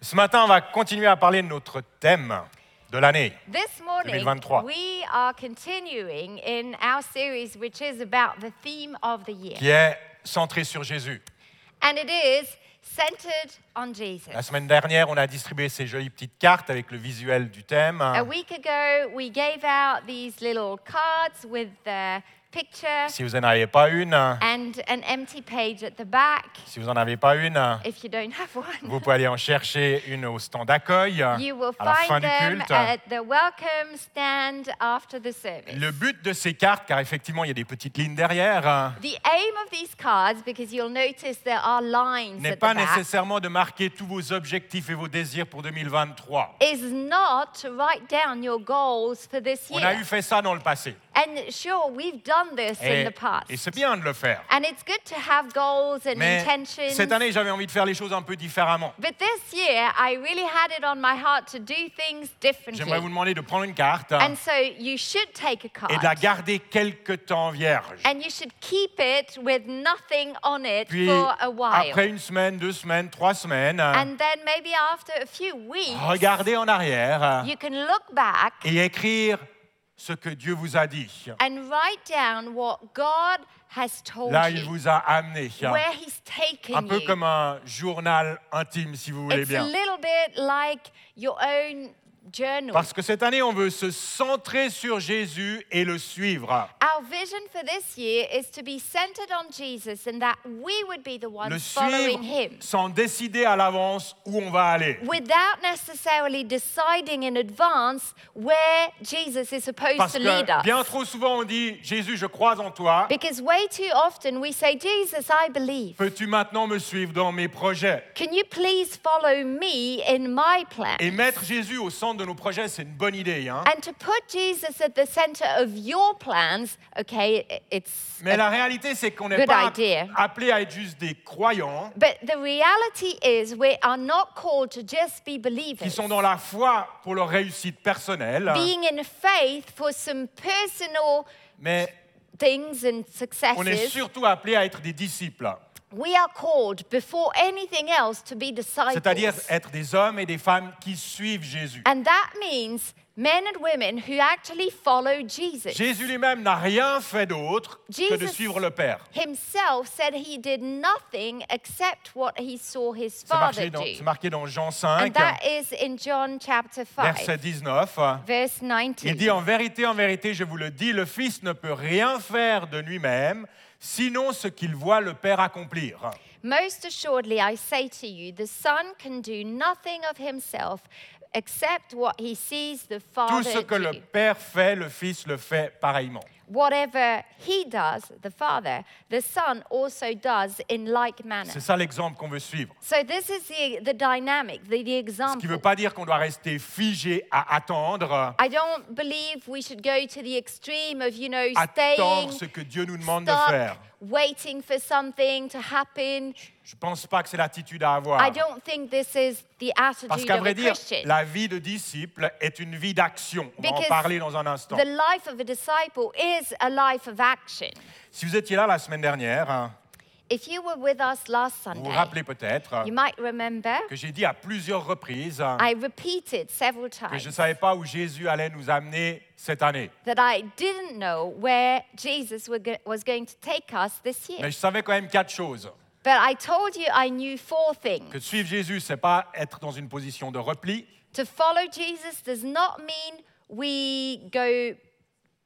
Ce matin, on va continuer à parler de notre thème de l'année. This morning, 2023. we are continuing in our series, which is about the theme of the year. qui est centré sur Jésus. And it is centered on Jesus. La semaine dernière, on a distribué ces jolies petites cartes avec le visuel du thème. A week ago, we gave out these little cards with the picture Si vous n'en avez pas une, and an empty page at the back. si vous n'en avez pas une, If you don't have vous one, pouvez aller en chercher une au stand d'accueil à you will la fin find du them culte. at the welcome stand after the service. Le but de ces cartes, car effectivement, il y a des petites lignes derrière, The aim of these cards, because you'll notice there are lines n'est at the pas back, nécessairement de marquer tous vos objectifs et vos désirs pour 2023. is not to write down your goals for this On a year. eu fait ça dans le passé. And sure, we've done this in Et, the past. et c'est bien de le faire. And it's good to have goals and Mais intentions. cette année, j'avais envie de faire les choses un peu différemment. But this year, I really had it on my heart to do things J'aimerais vous differently. demander de prendre une carte And so you should take a card. et de la garder quelque temps vierge. And you should keep it with nothing on it Puis, for a while. après euh, une semaine, deux semaines, trois semaines, And then maybe after a few weeks, regardez en arrière you can look back et écrire ce que Dieu vous a dit. and write down what God has told Là, il you, vous a amené. where He's taken Un peu you. comme un journal intime, si vous voulez it's a bien. little bit like your own journal. Parce que cette année, on veut se centrer sur Jésus et le suivre. Our vision for this year is to be centered on Jesus and that we would be the Le ones following suivre Him. sans décider à l'avance où on va aller. Without necessarily deciding in advance where Jesus is supposed Parce to lead que us. bien trop souvent, on dit Jésus, je crois en toi. Because way too often we say, Jesus, I believe. Peux-tu maintenant me suivre dans mes projets Can you please follow me in my plan? Et mettre Jésus au centre de nos projets, c'est une bonne idée. hein. And to put Jesus at the center of your plans, okay, i- it's. Mais la réalité, c'est qu'on n'est euh, Good pas idea. appelé à être juste des croyants But the reality is, we are not called to just be qui believers. sont dans la foi pour leur réussite personnelle, Being in faith for some personal mais things and on est successes, Ah, surtout appelé à être des disciples, we are called before anything else to be c'est-à-dire disciples. être des hommes et des femmes qui suivent Jésus. And that means men and women who actually follow Jesus. Jésus lui-même n'a rien fait d'autre que de Jesus suivre le Père. himself said he did nothing except what he saw his C'est marqué father dans, do. c'est marqué dans Jean And 5, that is in John chapter 5, verset hein. 19. verse Il 19. dit en vérité, en vérité, je vous le dis, le Fils ne peut rien faire de lui-même, sinon ce qu'il voit le Père accomplir. Most assuredly, I say to you, the Son can do nothing of himself except what he sees the Tout Father ce que le do. Père fait, le Fils le fait pareillement. Whatever he does, the Father, the Son also does in like manner. C'est ça l'exemple qu'on veut suivre. So this is the, the dynamic, the, the Ce qui ne veut example. pas dire qu'on doit rester figé à attendre, I don't believe we should go to the extreme of, you know, attendre staying ce que Dieu nous demande de faire. stuck waiting for something to happen. Je ne pense pas que c'est l'attitude à avoir. I don't think this is the Parce attitude qu'à of a vrai dire, Christian. la vie de disciple est une vie d'action. On va en Because parler dans un instant. The life of a disciple is a life of action. Si vous étiez là la semaine dernière, hein, If you were with us last vous vous Sunday, rappelez peut-être you might remember que j'ai dit à plusieurs reprises hein, I repeated several que je ne times savais pas où Jésus allait nous amener cette année. that I didn't know where Jesus were go- was going to take us this year. Mais je savais quand même quatre choses. But I told you I knew four things. Que suivre Jésus, c'est pas être dans une position de repli, To follow Jesus does not mean we go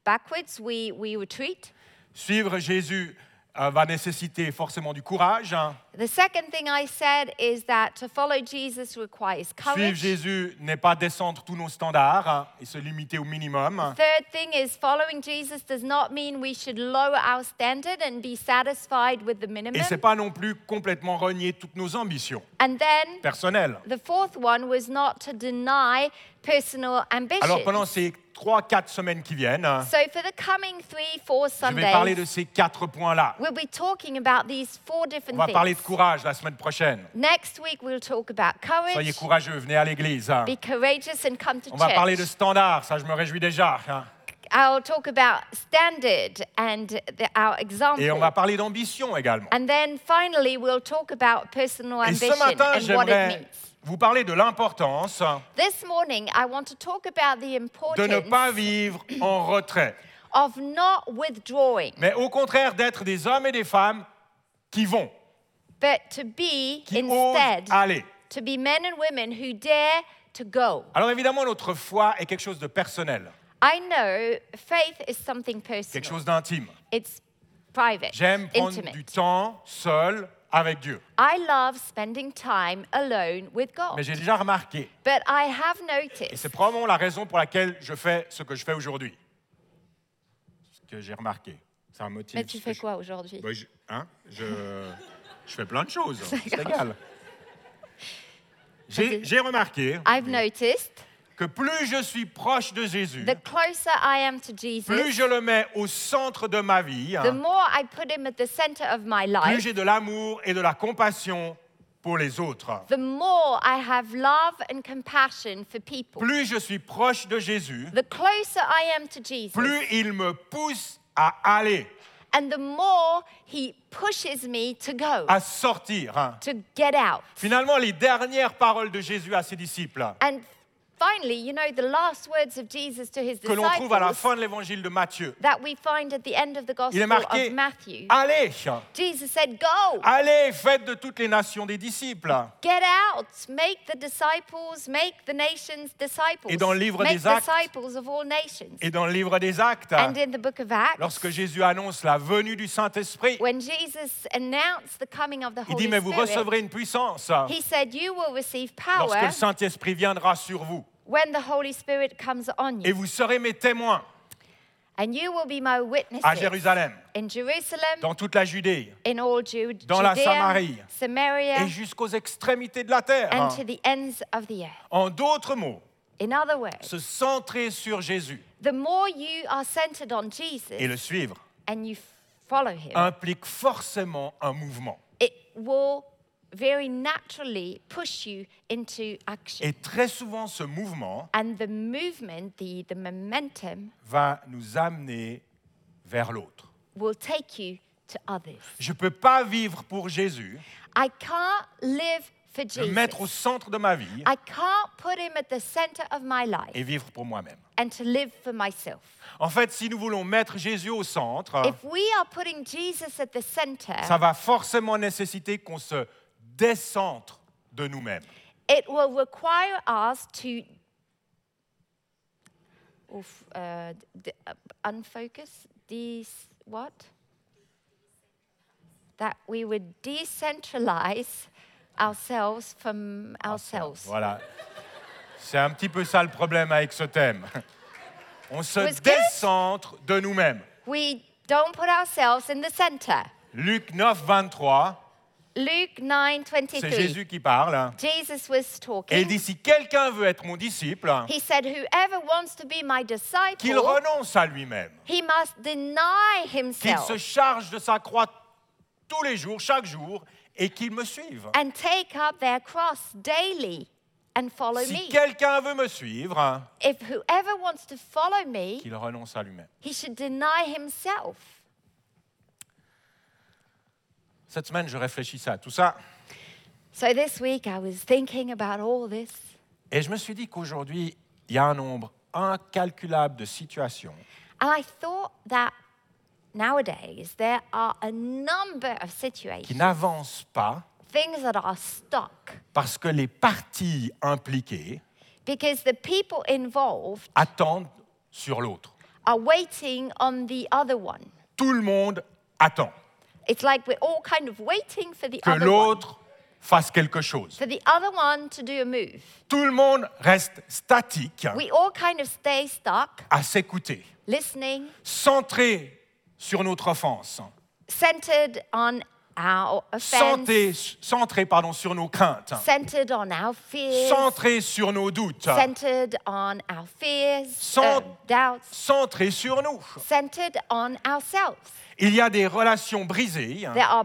backwards, we, we retreat. Suivre Jésus euh, va nécessiter forcément du courage. hein. The second thing I said is that to follow Jesus requires Suivre courage. Jésus n'est pas descendre tous nos standards hein, et se limiter au minimum. hein. Third thing is following Jesus does not mean we should lower our standard and be satisfied with the Et minimum. c'est pas non plus complètement renier toutes nos ambitions And then personnelles. the fourth one was not to deny personal Alors ambition. pendant ces trois, quatre semaines qui viennent, hein, So for the coming three, four je vais parler Sundays, de ces quatre points-là. we'll be talking about these four On different va parler de things. courage la semaine prochaine. Next week we'll talk about Soyez courage. courageux, venez à l'église. hein. Be courageous and come to On va parler de church. standards, ça je me réjouis déjà. hein. I'll talk about standard and the, our example. Et on va parler d'ambition également. And then finally, we'll talk about personal Et ce ambition matin, and what it j'aimerais means. vous parler de l'importance This morning, I want to talk about the de ne importance pas vivre en retrait, of not withdrawing, mais au contraire d'être des hommes et des femmes qui vont, but to be qui instead, osent aller. to be men and women who dare to go. Alors évidemment, notre foi est quelque chose de personnel, I know faith is something quelque personal, chose d'intime. it's private, J'aime prendre intimate. du temps seul avec Dieu. I love spending time alone with God. Mais j'ai déjà remarqué, But I have et noticed, c'est probablement la raison pour laquelle je fais ce que je fais aujourd'hui. Ce que j'ai remarqué. Ça me motive. mais tu ce fais que je- quoi aujourd'hui? Bah, je, hein, je, je fais plein de choses, c'est égal. J'ai Vas-y. j'ai remarqué I've noticed que plus je suis proche de Jésus, the closer I am to Jesus, plus je le mets au centre de ma vie, hein, the more I put him at the center of my plus life, j'ai de l'amour et de la compassion pour les autres. the more I have love and compassion for people. Plus je suis proche de Jésus, The closer I am to Jesus, plus il me pousse à aller, and the more he pushes me to go, à sortir. hein. to get out. Finalement, les dernières paroles de Jésus à ses disciples, And finally, you know, the last words of Jesus to his que l'on trouve à la disciples fin de l'évangile de Matthieu, that we find at the end of the il Gospel est marqué Ah. of Matthew. Allez Jesus said, Go, Allez, faites de toutes les nations des disciples. get out, make the disciples, make the nations disciples. Et dans le livre make des Actes- disciples of all nations. Et dans le livre des Actes, and in the book of Acts, lorsque Jésus annonce la venue du Saint-Esprit, when Jesus announced the coming of the il Holy dit Mais vous Spirit, recevrez une puissance he said, You will receive lorsque power le Saint-Esprit viendra sur vous. when the Holy Spirit comes on Et you, vous serez mes témoins and you will be my witnesses à Jérusalem, in Jerusalem, dans toute la Judée in all Ju- dans la Judea, Samarie, Samaria, et jusqu'aux extrémités de la terre. and to the ends of the earth. En d'autres mots, In other words, se centrer sur Jésus the more you are centered on Jesus et le suivre and you follow him, implique forcément un mouvement. it will very naturally push you into action. Et très souvent, ce mouvement and the movement, the, the momentum, va nous amener vers l'autre. will take you to others. Je ne peux pas vivre pour Jésus, I can't live for le mettre au Jesus. centre de ma vie I can't put him at the center of my life et vivre pour moi-même. and to live for myself. En fait, si nous voulons mettre Jésus au centre, If we are putting Jesus at the center, ça va forcément nécessiter qu'on se décentre de nous-mêmes. it will require us to Oof, uh, d- uh, unfocus these what that we would decentralize ourselves from ourselves Voilà. C'est un petit peu ça le problème avec ce thème. On Was se good? décentre de nous-mêmes. we don't put ourselves in the center Luc 9, 23, luke nine twenty c'est three. Jésus qui parle. jesus was Et il talking dit, si quelqu'un veut être mon disciple, he said whoever wants to be my qu'il disciple renonce à lui-même, he must deny qu'il himself se charge de sa croix tous les jours, chaque jour, et qu'il me suive. and take up their cross daily and follow Si me. quelqu'un veut me suivre, hein, If whoever wants to follow me, qu'il renonce à lui-même. he should deny himself. Cette semaine, je réfléchissais à tout ça, So this week I was thinking about all this, et je me suis dit qu'aujourd'hui, il y a un nombre incalculable de situations and I thought that nowadays there are a number of qui situations, n'avancent pas things that are stuck parce que les parties impliquées because the people involved attendent sur l'autre. are waiting on the other one. Tout le monde attend It's like we're all kind of waiting for the que other one, l'autre fasse quelque chose. for the other one to do a move. Tout le monde reste statique We all kind of stay stuck à s'écouter, listening, centré sur notre offense, centered on our offense, centré, centré pardon, sur nos craintes, centered on our fears, centré sur nos doutes, centered on our fears, Cent- um, doubts, centré sur nous. centered on ourselves. Il y a des relations brisées hein, There are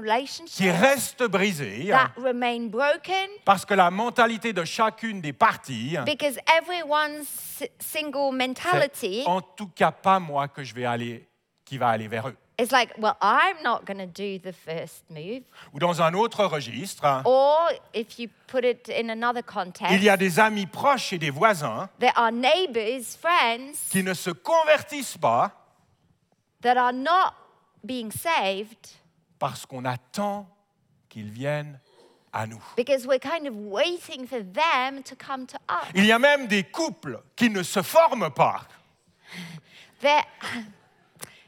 qui relationships restent brisées hein, that remain broken parce que la mentalité de chacune des parties hein, because everyone's s- single C'est mentality en tout cas pas moi que je vais aller, qui va aller vers eux. It's like, well, I'm not going to do the first move. Ou dans un autre registre, hein, Or if you put it in another il context, y a des amis proches et des voisins there are neighbors, friends qui ne se convertissent pas that are not being saved parce qu'on attend qu'ils viennent à nous. because we're kind of waiting for them to come to us. Il y a même des couples qui ne se forment pas There,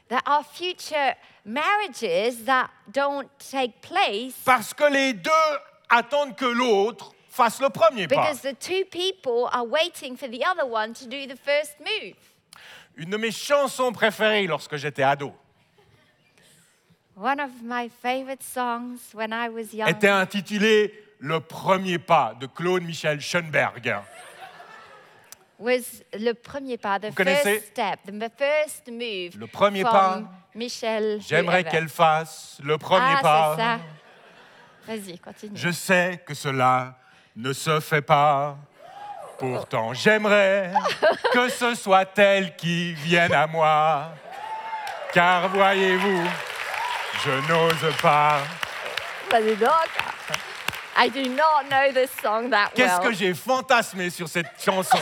there are future marriages that don't take place parce que les deux attendent que l'autre fasse le premier pas. because the two people are waiting for the other one to do the first move. Une de mes chansons préférées lorsque j'étais ado One of my favorite songs when I was young. était intitulée Le premier pas de Claude Michel Schoenberg. was le premier pas, the Vous connaissez? first step, the m- first move. Le premier from pas. Michel. J'aimerais whoever. qu'elle fasse le premier Eh ben. Ah, pas. c'est ça. Vas-y, continue. Je sais que cela ne se fait pas. Pourtant, j'aimerais que ce soit elle qui vienne à moi. Car voyez-vous, je n'ose pas. Vas-y donc. I do not know this song that Qu'est-ce well. que j'ai fantasmé sur cette chanson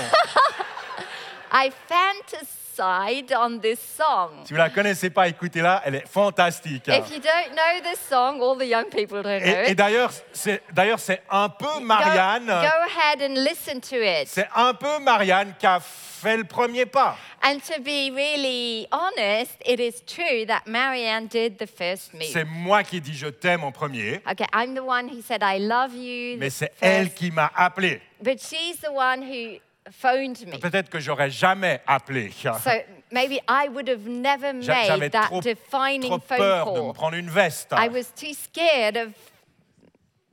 I fantasized on this song. Si vous la connaissez pas, écoutez-la, elle est fantastique. hein. If you don't know this song, all the young people don't know Et, et it. d'ailleurs, c'est d'ailleurs, c'est un peu ah Go, Marianne, go ahead and listen to it. c'est un peu Marianne qui a fait le premier pas. And to be really honest, it is true that Marianne did the first move. C'est moi qui ai dit je t'aime en premier, Okay, I'm the one who said I love you. mais c'est first, elle qui m'a appelé. But she's the one who phoned me. Peut-être que j'aurais jamais appelé. J'a- So maybe I would have never J'avais made that trop, defining trop phone peur de me call. prendre une veste. I was too scared of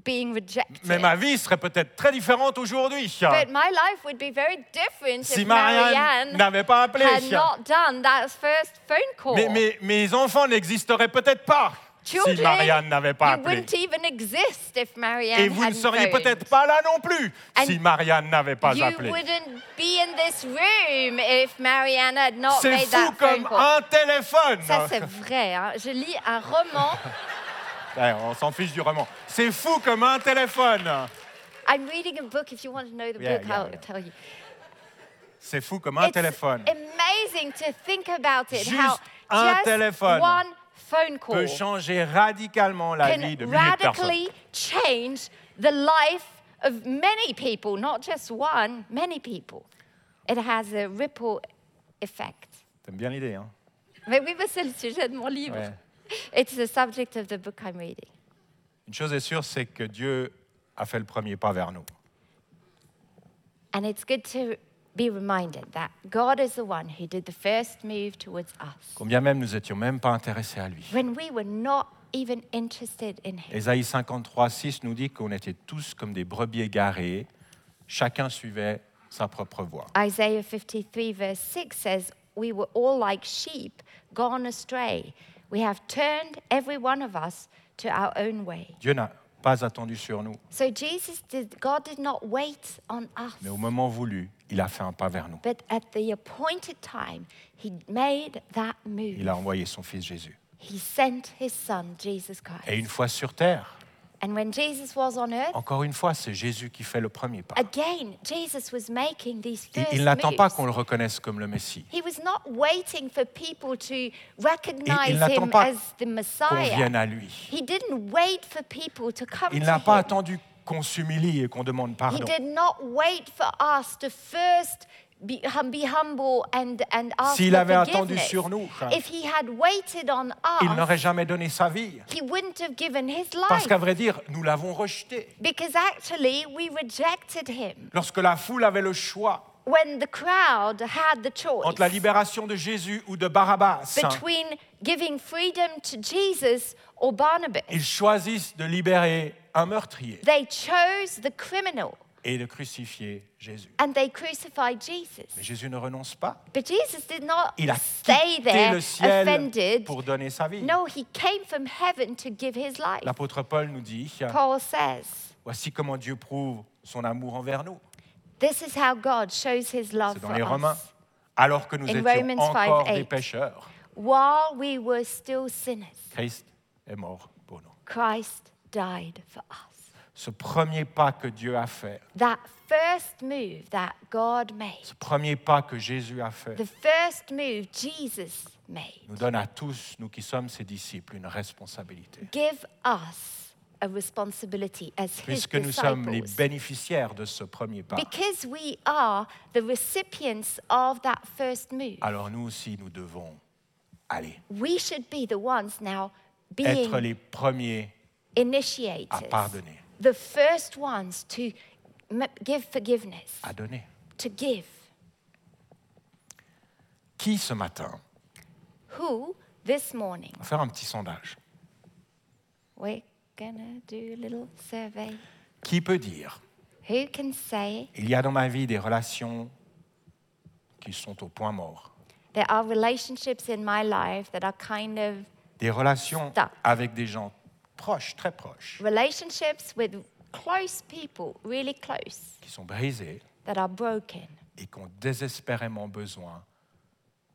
being rejected. Mais ma vie serait peut-être très différente aujourd'hui. But my life would be very different Si if Marianne n'avait pas appelé. had not done that first phone call. Mais, mais- mes enfants n'existeraient peut-être pas si Children, Marianne n'avait pas You appelé. wouldn't even exist if Marianne Et vous ne hadn't seriez phoned. peut-être pas là non plus And si Marianne n'avait pas you appelé. wouldn't be in this room if Marianne had not C'est made fou that phone comme call. un téléphone. Ça, c'est vrai. hein. Je lis un roman. Ouais, Eh, on s'en fiche du roman. C'est fou comme un téléphone. I'm reading a book. If you want to know the Yeah, book, yeah, I'll yeah. tell you. C'est fou comme un it's téléphone. amazing to think about it. Juste how un just téléphone one phone call Peut changer radicalement la vie de can milliers de personnes. radically change the life of many people, not just one, many people. It has a ripple effect. T'aimes bien l'idée, hein Mais oui, mais c'est le sujet de mon livre. Ouais. It's the subject of the book I'm reading. Une chose est sûre, c'est que Dieu a fait le premier pas vers nous. And it's good to be reminded that God is the one who did the first move towards us Combien même nous étions même pas intéressés à lui. when we were not even interested in Him. Ésaïe 53, 6 nous dit qu'on était tous comme des brebis égarées, chacun suivait sa propre voie. Isaiah 53, verse 6 says, We were all like sheep gone astray. We have turned every one of us to our own way. Dieu n'a pas attendu sur nous, So Jesus did, God did not wait on us, mais au moment voulu, il a fait un pas vers nous. but at the appointed time, He made that move. Il a envoyé son fils Jésus. He sent His Son, Jesus Christ. Et une fois sur terre, And when Jesus was on earth, encore une fois, c'est Jésus qui fait le premier pas. Again, Jesus was making these Il, first il n'attend pas moves. qu'on le reconnaisse comme le Messie, He was not waiting for people to recognize n'attend him pas as the qu'on Messiah. vienne à lui. He didn't wait for people to come Il to n'a pas him. attendu qu'on s'humilie et qu'on demande He pardon. did not wait for us to first be, hum, be humble and, and ask S'il for avait attendu forgiveness. sur nous, hein, if he had waited on Il us, n'aurait jamais donné sa vie, he wouldn't have given his parce life. qu'à vrai dire, nous l'avons rejeté. Because actually, we rejected him. Lorsque la foule avait le choix When the crowd had the choice, entre la libération de Jésus ou de Barabbas, between giving freedom to Jesus or Barnabas. ils choisissent de libérer un meurtrier They chose the criminal et de crucifier Jésus. and they crucified Jesus. Mais Jésus ne renonce pas. But Jesus did not Il a stay quitté there le ciel offended. pour donner sa vie. No, he came from heaven to give his life. L'apôtre Paul nous dit, Paul says, voici comment Dieu prouve son amour envers nous. This is how God shows his love C'est for dans les us. Romains. Alors que nous étions In Romans encore 5:8. des pécheurs, While we were still sinners, Christ est mort pour nous. Christ died for us. Ce premier pas que Dieu a fait, That first move that God made, ce premier pas que Jésus a fait, the first move Jesus made, nous donne à tous, nous qui sommes ses disciples, une responsabilité. give us a responsibility as His Puisque nous sommes les disciples. bénéficiaires de ce premier pas, Because we are the recipients of that first move, alors nous aussi, nous devons aller, we should be the ones now être being les premiers à initiators, pardonner, the first ones to m- give forgiveness, à donner. to give. Qui ce matin Who this morning? On va faire un petit sondage. We're gonna do a little survey. Qui peut dire Who can say Il y a dans ma vie des relations qui sont au point mort, there are relationships in my life that are kind of des relations Stop. avec des gens proches, très proches, relationships with close people, really close, qui sont brisées that are broken et qui ont désespérément besoin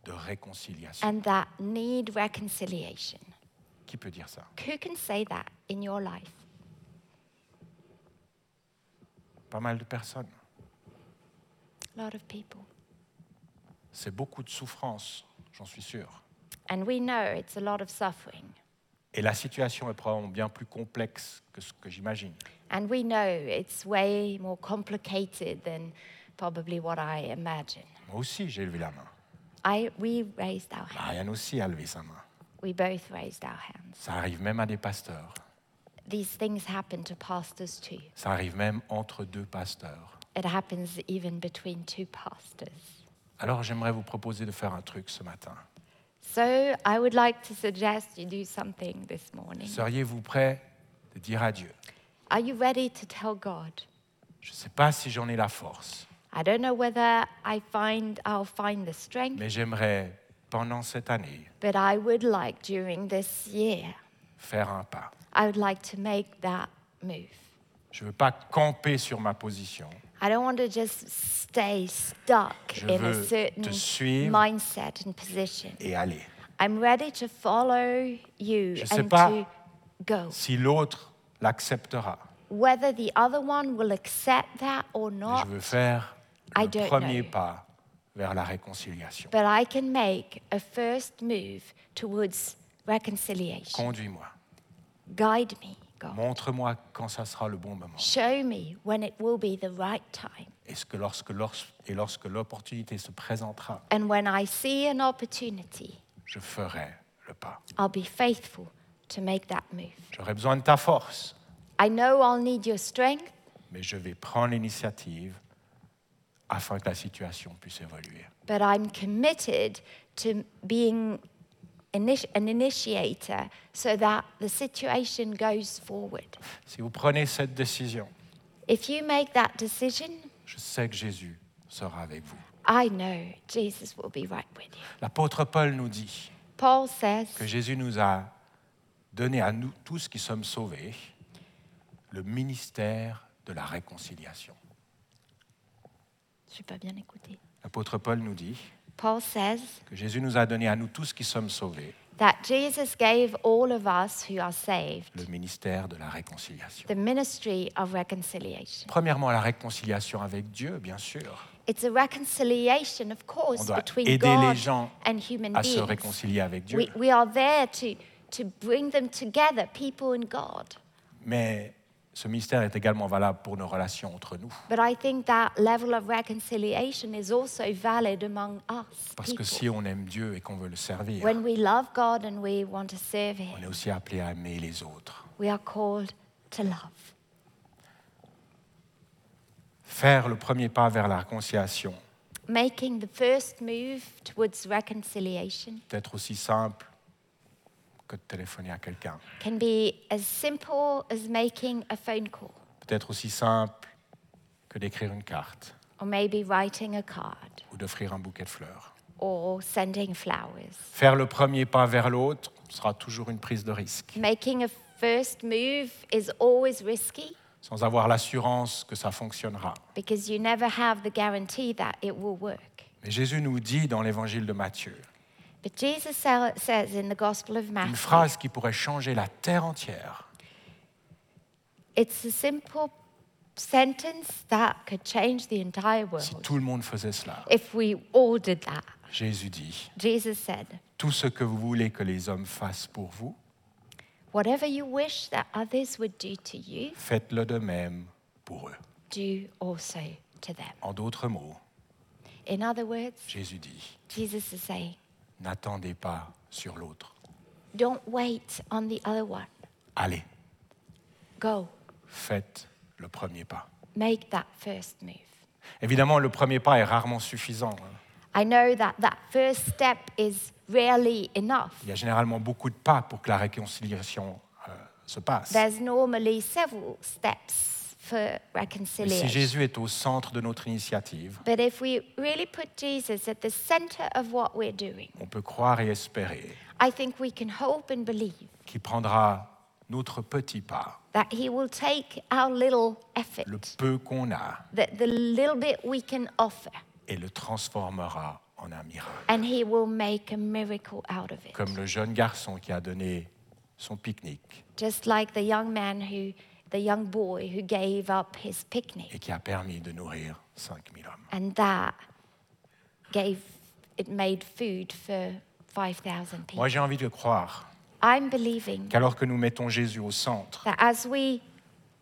de réconciliation. and that need reconciliation? Qui peut dire ça Who can say that in your life? Pas mal de personnes. A lot of people. C'est beaucoup de souffrance, j'en suis sûr. And we know it's a lot of suffering. Et la situation est probablement bien plus complexe que ce que j'imagine. And we know it's way more complicated than probably what I imagine. Moi aussi, j'ai levé la main. I, we raised our hands. Marianne aussi a levé sa main. We both raised our hands. Ça arrive même à des pasteurs. These things happen to pastors too. Ça arrive même entre deux pasteurs. It happens even between two pastors. Alors j'aimerais vous proposer de faire un truc ce matin. So I would like to suggest you do something this morning. Seriez-vous prêt de dire à Dieu Are you ready to tell God? Je ne sais pas si j'en ai la force, I don't know whether I find I'll find the strength, mais j'aimerais, pendant cette année, but I would like during this year faire un pas. I would like to make that move. Je ne veux pas camper sur ma position. I don't want to just stay stuck Je in a veux te certain suivre. mindset and position. Et aller. I'm ready to follow you Je sais and pas to go. Si l'autre l'acceptera, Whether the other one will accept that or mais not, je veux faire I le don't premier know. pas vers la réconciliation. but I can make a first move towards reconciliation. Conduis-moi. Guide me, God. Montre-moi quand ça sera le bon moment. Show me when it will be the right time. Est-ce que lorsque, l'ors- et lorsque l'opportunité se présentera, And when I see an opportunity, je ferai le pas. I'll be faithful to make that move. J'aurai besoin de ta force, I know I'll need your strength, mais je vais prendre l'initiative afin que la situation puisse évoluer. but I'm committed to being initi- an initiator so that the situation goes forward. Si vous prenez cette décision, If you make that decision, je sais que Jésus sera avec vous. I know Jesus will be right with you. L'apôtre Paul nous dit Paul says que Jésus nous a donné à nous tous qui sommes sauvés le ministère de la réconciliation. Je suis pas bien écouté. L'apôtre Paul nous dit Paul says que Jésus nous a donné à nous tous qui sommes sauvés that Jesus gave all of us who are saved le ministère de la réconciliation. the ministry of reconciliation. Premièrement, la réconciliation avec Dieu, bien sûr, It's a reconciliation, of On course, doit between aider les God gens and human à se beings. réconcilier avec Dieu. We, we are there to, to bring them together, people and God. Mais ce ministère est également valable pour nos relations entre nous. But I think that level of reconciliation is also valid among us. Parce que people. si on aime Dieu et qu'on veut le servir, When we love God and we want to serve on Him, est aussi appelé à aimer les autres. we are called to love. Faire le premier pas vers la réconciliation Making the first move towards reconciliation peut être aussi simple que de téléphoner à quelqu'un, can be as simple as making a phone call peut être aussi simple que d'écrire une carte or maybe writing a card ou d'offrir un bouquet de fleurs. or sending flowers. Faire le premier pas vers l'autre sera toujours une prise de risque, Making a first move is always risky sans avoir l'assurance que ça fonctionnera. because you never have the guarantee that it will work. Mais Jésus nous dit dans l'évangile de Matthieu But Jesus sa- says in the Gospel of Une Matthew, phrase qui pourrait changer la terre entière. it's a simple sentence that could change the entire Si world tout le monde faisait cela, if we all did that. Jésus dit, Jesus said, tout ce que vous voulez que les hommes fassent pour vous, Whatever you wish that others would do to you, faites-le de même pour eux. do also to them. En d'autres mots, In other words, Jésus dit, Jesus is saying, n'attendez pas sur l'autre. Don't wait on the other one. Allez, Go, faites le premier pas. make that first move. Évidemment, le premier pas est rarement suffisant. hein. I know that that first step is rarely enough. Il y a généralement beaucoup de pas pour que la réconciliation euh, se passe. There's normally several steps for Mais si reconciliation. Jésus est au centre de notre initiative, But if we really put Jesus at the center of what we're doing, on peut croire et espérer I think we can hope and believe qu'il prendra notre petit pas, that He will take our little effort, le peu qu'on a, that the little bit we can offer, et le transformera en un miracle. and He will make a miracle out of it. Comme le jeune garçon qui a donné son pique-nique Just like the young man who, the young boy who gave up his picnic, et qui a permis de nourrir 5000 hommes. and that gave, it made food for 5,000 people. Moi, j'ai envie de croire I'm believing qu'alors que nous mettons Jésus au centre, that as we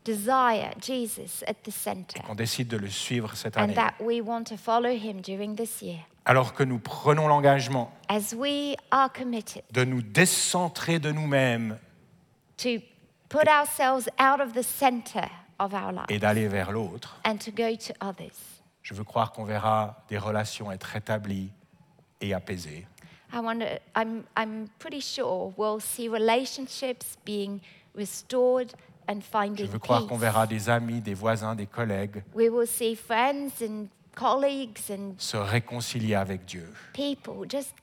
desire Jesus at the center, qu'on décide de le suivre cette and année, that we want to follow him during this year. alors que nous prenons l'engagement As we are committed de nous décentrer de nous-mêmes to put ourselves out of the center of our life et d'aller vers l'autre, and to go to others, je veux croire qu'on verra des relations être rétablies et apaisées, I wonder, I'm, I'm pretty sure we'll see relationships being restored Je and finding veux croire qu'on peace. verra des amis, des voisins, des collègues We will see friends and colleagues and se réconcilier avec Dieu. people just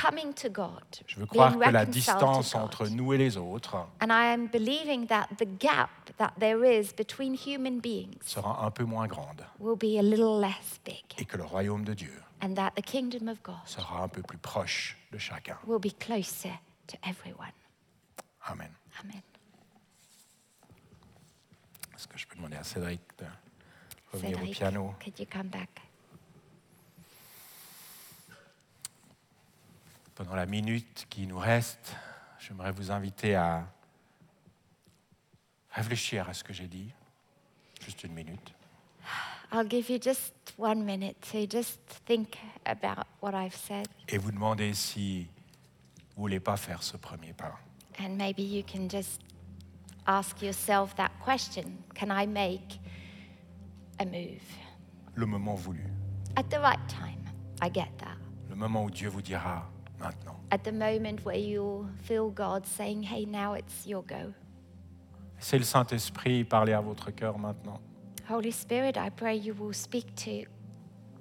coming to God. Je veux being croire que la reconciled to distance God. entre nous et les autres And I am believing that the gap that there is between human beings sera un peu moins grande will be a little less big, et que le royaume de Dieu and that the kingdom of God sera un peu plus proche de chacun. will be closer to everyone. Amen. Amen. Est-ce que je peux demander à Cédric de revenir au Cédric, piano could you come back? Pendant la minute qui nous reste, j'aimerais vous inviter à réfléchir à ce que j'ai dit. Juste une minute. I'll give you just one minute to just think about what I've said, Et vous demander si vous voulez pas faire ce premier pas. and maybe you can just ask yourself that question Can I make a move? Le moment voulu. At the right time, I get that. Le moment où Dieu vous dira maintenant. At the moment where you'll feel God saying, Hey, now it's your go. C'est le Saint-Esprit parler à votre cœur maintenant. Holy Spirit, I pray you will speak to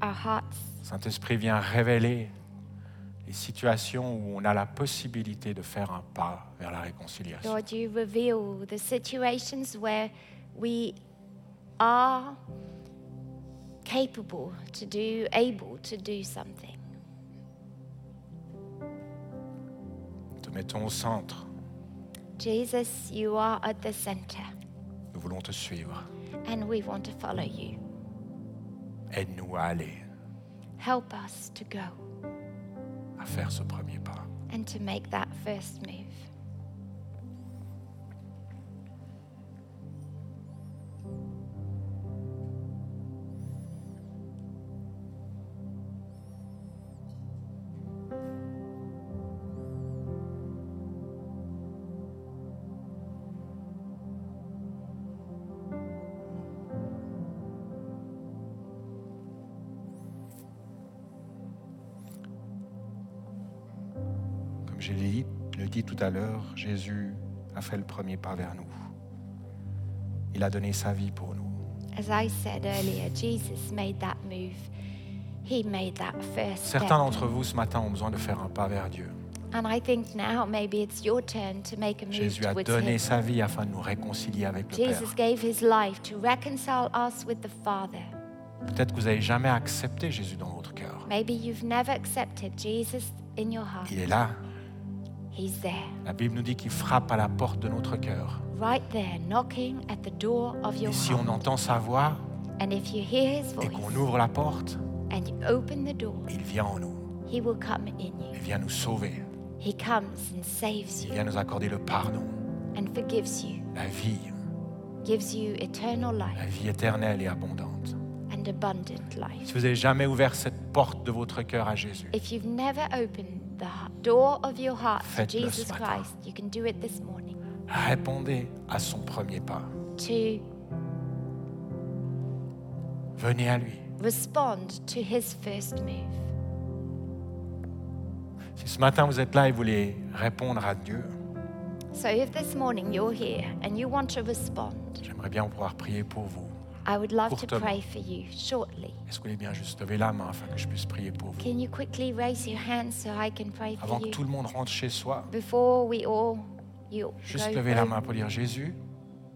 our hearts. Saint-Esprit vient révéler les situations où on a la possibilité de faire un pas vers la réconciliation. Lord, you reveal the situations where we are capable to do, able to do something. Te mettons au centre. Jesus, you are at the center, Nous voulons te suivre. and we want to follow you. Aide-nous à aller, Help us to go à faire ce premier pas. and to make that first move. Comme je l'ai dit- le dit tout à l'heure, Jésus a fait le premier pas vers nous. Il a donné sa vie pour nous. As I said earlier, Jesus made that move. He made that first Certains step. d'entre vous ce matin ont besoin de faire un pas vers Dieu. And I think now maybe it's your turn to make a move Jésus a towards donné him. sa vie afin de nous réconcilier avec le Père. Jesus gave his life to reconcile us with the Father. Peut-être que vous n'avez jamais accepté Jésus dans votre cœur. Maybe you've never accepted Jesus in your heart. Il est là. He's there, La Bible nous dit qu'il frappe à la porte de notre cœur. right there, knocking at the door of your Et si heart. on entend sa voix And if you hear his et voice qu'on ouvre la porte, and you open the door, il vient en nous. he will come in you. Il vient nous sauver. He comes and saves Il you vient nous accorder le pardon, and forgives you, la vie, gives you eternal la life vie éternelle et abondante. and abundant life. Si vous n'avez jamais ouvert cette porte de votre cœur à Jésus, If you've never opened the h- door of your heart to Faites-le ce Jesus matin. Christ, you can do it this morning. répondez à son premier pas. To Venez à lui. respond to his first move. Si ce matin vous êtes là et vous voulez répondre à Dieu, So if this morning you're here and you want to respond, j'aimerais bien pouvoir prier pour vous. I would love to Courtement. pray for you shortly. Est-ce que vous voulez bien juste lever la main afin que je puisse prier pour vous Can you quickly raise your hand so I can pray Avant for que you? tout le monde rentre chez soi, Before we all, you, juste go lever la over- main pour dire Jésus,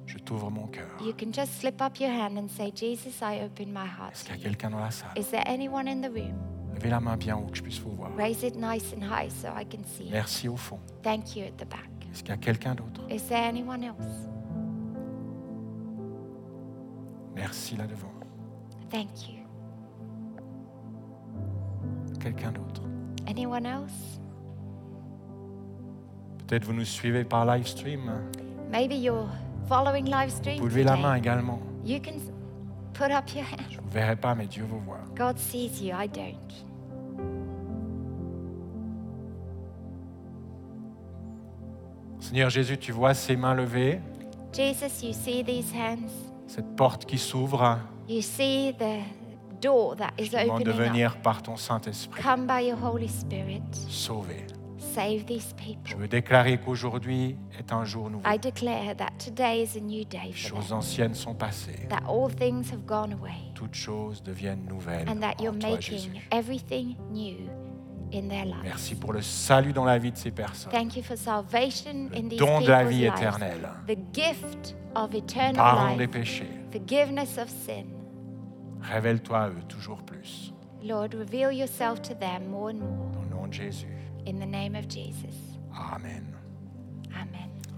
je t'ouvre mon cœur. you can just slip up your hand and say, Jesus, I open my heart. Est-ce to qu'il y a you." quelqu'un dans la salle Is there anyone in the room? Levez la main bien haut que je puisse vous voir. Raise it nice and high so I can see. it. Merci au fond. Thank you at the back. Est-ce qu'il y a quelqu'un d'autre Is there anyone else? Merci là devant. Thank you. Quelqu'un d'autre Anyone else? Peut-être vous nous suivez par live stream. Maybe you're following live stream. Vous levez la today. main également. You can s- put up your hand. Je ne vous verrai pas, mais Dieu vous voit. God sees you, I don't. Seigneur Jésus, tu vois ces mains levées, Jesus, you see these hands. cette porte qui s'ouvre. You see the door that Je is te demande de opening up. venir par ton Saint-Esprit Come by your Holy Spirit. sauver. Save these Je people. veux déclarer qu'aujourd'hui est un jour nouveau. I declare that today is a new day Les for them. choses anciennes sont passées. That all things have gone away. Toutes choses deviennent nouvelles And that you're en toi, making Jésus. everything new in their lives. Merci pour le salut dans la vie de ces personnes. Thank you for salvation in Le these don people's de la vie lives. éternelle. The gift of eternal Pardon des life. péchés. Forgiveness of sin. Révèle-toi à eux toujours plus. Lord, reveal yourself to them more and more. Au nom de Jésus. In the name of Jesus. Amen. Amen.